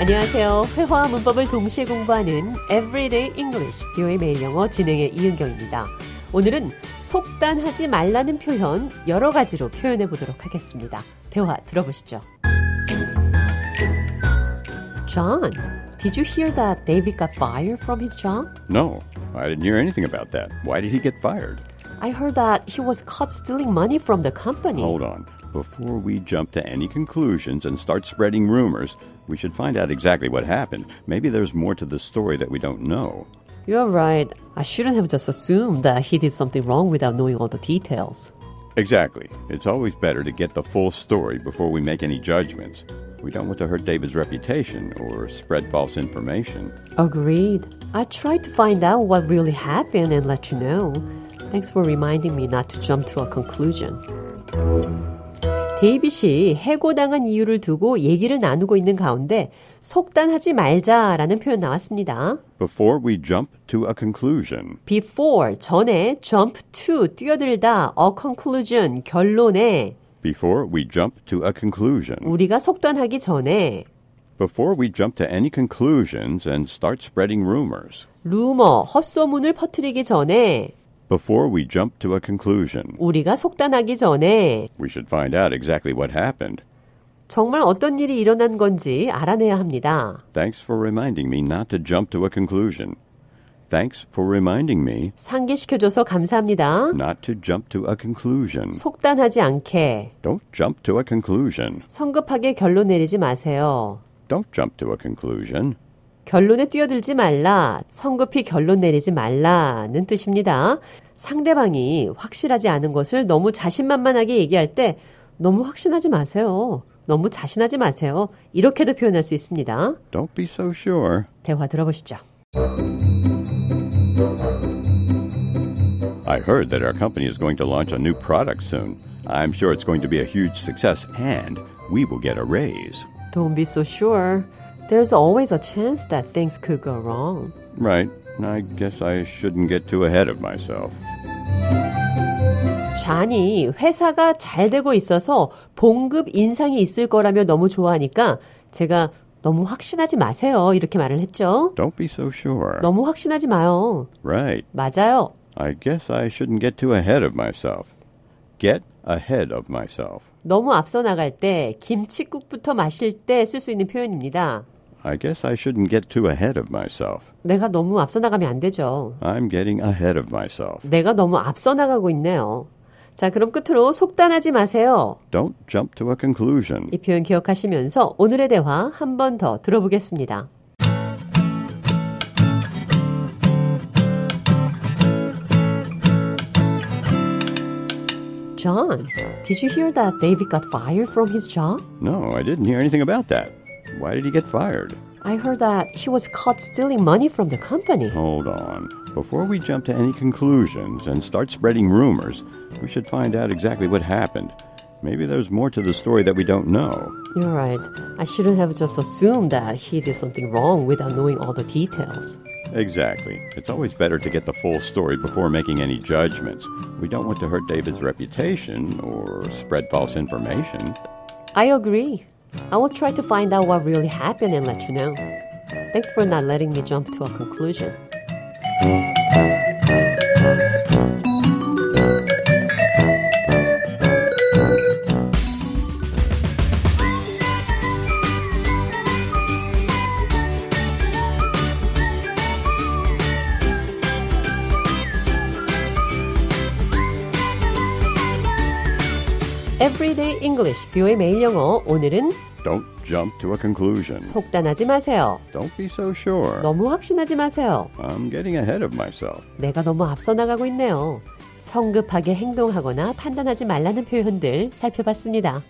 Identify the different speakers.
Speaker 1: 안녕하세요. 회화와 문법을 동시에 공부하는 Everyday English, 뷰의 매일 영어 진행의 이은경입니다. 오늘은 속단하지 말라는 표현 여러 가지로 표현해 보도록 하겠습니다. 대화 들어보시죠. John, did you hear that David got fired from his job?
Speaker 2: No, I didn't hear anything about that. Why did he get fired?
Speaker 1: I heard that he was caught stealing money from the company.
Speaker 2: Hold on. Before we jump to any conclusions and start spreading rumors, we should find out exactly what happened. Maybe there's more to the story that we don't know.
Speaker 1: You're right. I shouldn't have just assumed that he did something wrong without knowing all the details.
Speaker 2: Exactly. It's always better to get the full story before we make any judgments. We don't want to hurt David's reputation or spread false information.
Speaker 1: Agreed. I tried to find out what really happened and let you know. Thanks for reminding me not to jump to a conclusion. 데이빗이 해고당한 이유를 두고 얘기를 나누고 있는 가운데 속단하지 말자라는 표현 나왔습니다.
Speaker 2: Before we jump to a conclusion,
Speaker 1: before 전에 jump to 뛰어들다 a conclusion 결론에
Speaker 2: before we jump to a conclusion,
Speaker 1: 우리가 속단하기 전에
Speaker 2: before we jump to any conclusions and start spreading rumors,
Speaker 1: 루머 헛소문을 퍼뜨리기 전에
Speaker 2: before we jump to a conclusion,
Speaker 1: 우리가 속단하기 전에
Speaker 2: we should find out exactly what happened.
Speaker 1: 정말 어떤 일이 일어난 건지 알아내야 합니다.
Speaker 2: Thanks for reminding me not to jump to a conclusion. Thanks for reminding me
Speaker 1: 상기시켜줘서 감사합니다.
Speaker 2: not to jump to a conclusion.
Speaker 1: 속단하지 않게
Speaker 2: Don't jump to a conclusion.
Speaker 1: 성급하게 결론 내리지 마세요.
Speaker 2: Don't jump to a conclusion.
Speaker 1: 결론에 뛰어들지 말라, 성급히 결론 내리지 말라는 뜻입니다. 상대방이 확실하지 않은 것을 너무 자신만만하게 얘기할 때 너무 확신하지 마세요. 너무 자신하지 마세요. 이렇게도 표현할 수 있습니다.
Speaker 2: Don't be so sure.
Speaker 1: 대화 들어보시죠.
Speaker 2: I heard that our company is going to launch a new product soon. I'm sure it's going to be a huge success and we will get a raise.
Speaker 1: Don't be so sure. There's always a chance that things could go wrong.
Speaker 2: Right. I guess I shouldn't get too ahead of myself.
Speaker 1: 잔이 회사가 잘 되고 있어서 봉급 인상이 있을 거라며 너무 좋아하니까 제가 너무 확신하지 마세요. 이렇게 말을 했죠.
Speaker 2: Don't be so sure.
Speaker 1: 너무 확신하지 마요.
Speaker 2: Right.
Speaker 1: 맞아요.
Speaker 2: I guess I shouldn't get too ahead of myself. Get ahead of myself.
Speaker 1: 너무 앞서 나갈 때 김치국부터 마실 때 쓸 수 있는 표현입니다.
Speaker 2: I guess I shouldn't get too ahead of myself.
Speaker 1: 내가 너무 앞서 나가면 안 되죠.
Speaker 2: I'm getting ahead of myself.
Speaker 1: 내가 너무 앞서 나가고 있네요. 자, 그럼 끝으로 속단하지 마세요.
Speaker 2: Don't jump to a conclusion.
Speaker 1: 이 표현 기억하시면서 오늘의 대화 한 번 더 들어보겠습니다. John, did you hear that David got fired from his job?
Speaker 2: No, I didn't hear anything about that. Why did he get fired?
Speaker 1: I heard that he was caught stealing money from the company.
Speaker 2: Hold on. Before we jump to any conclusions and start spreading rumors, we should find out exactly what happened. Maybe there's more to the story that we don't know.
Speaker 1: You're right. I shouldn't have just assumed that he did something wrong without knowing all the details.
Speaker 2: Exactly. It's always better to get the full story before making any judgments. We don't want to hurt David's reputation or spread false information.
Speaker 1: I agree. I will try to find out what really happened and let you know. Thanks for not letting me jump to a conclusion. Everyday English, 뷰의 매일 영어. 오늘은
Speaker 2: Don't jump to a conclusion.
Speaker 1: 속단하지 마세요.
Speaker 2: Don't be so sure.
Speaker 1: 너무 확신하지 마세요.
Speaker 2: I'm getting ahead of myself.
Speaker 1: 내가 너무 앞서 나가고 있네요. 성급하게 행동하거나 판단하지 말라는 표현들 살펴봤습니다.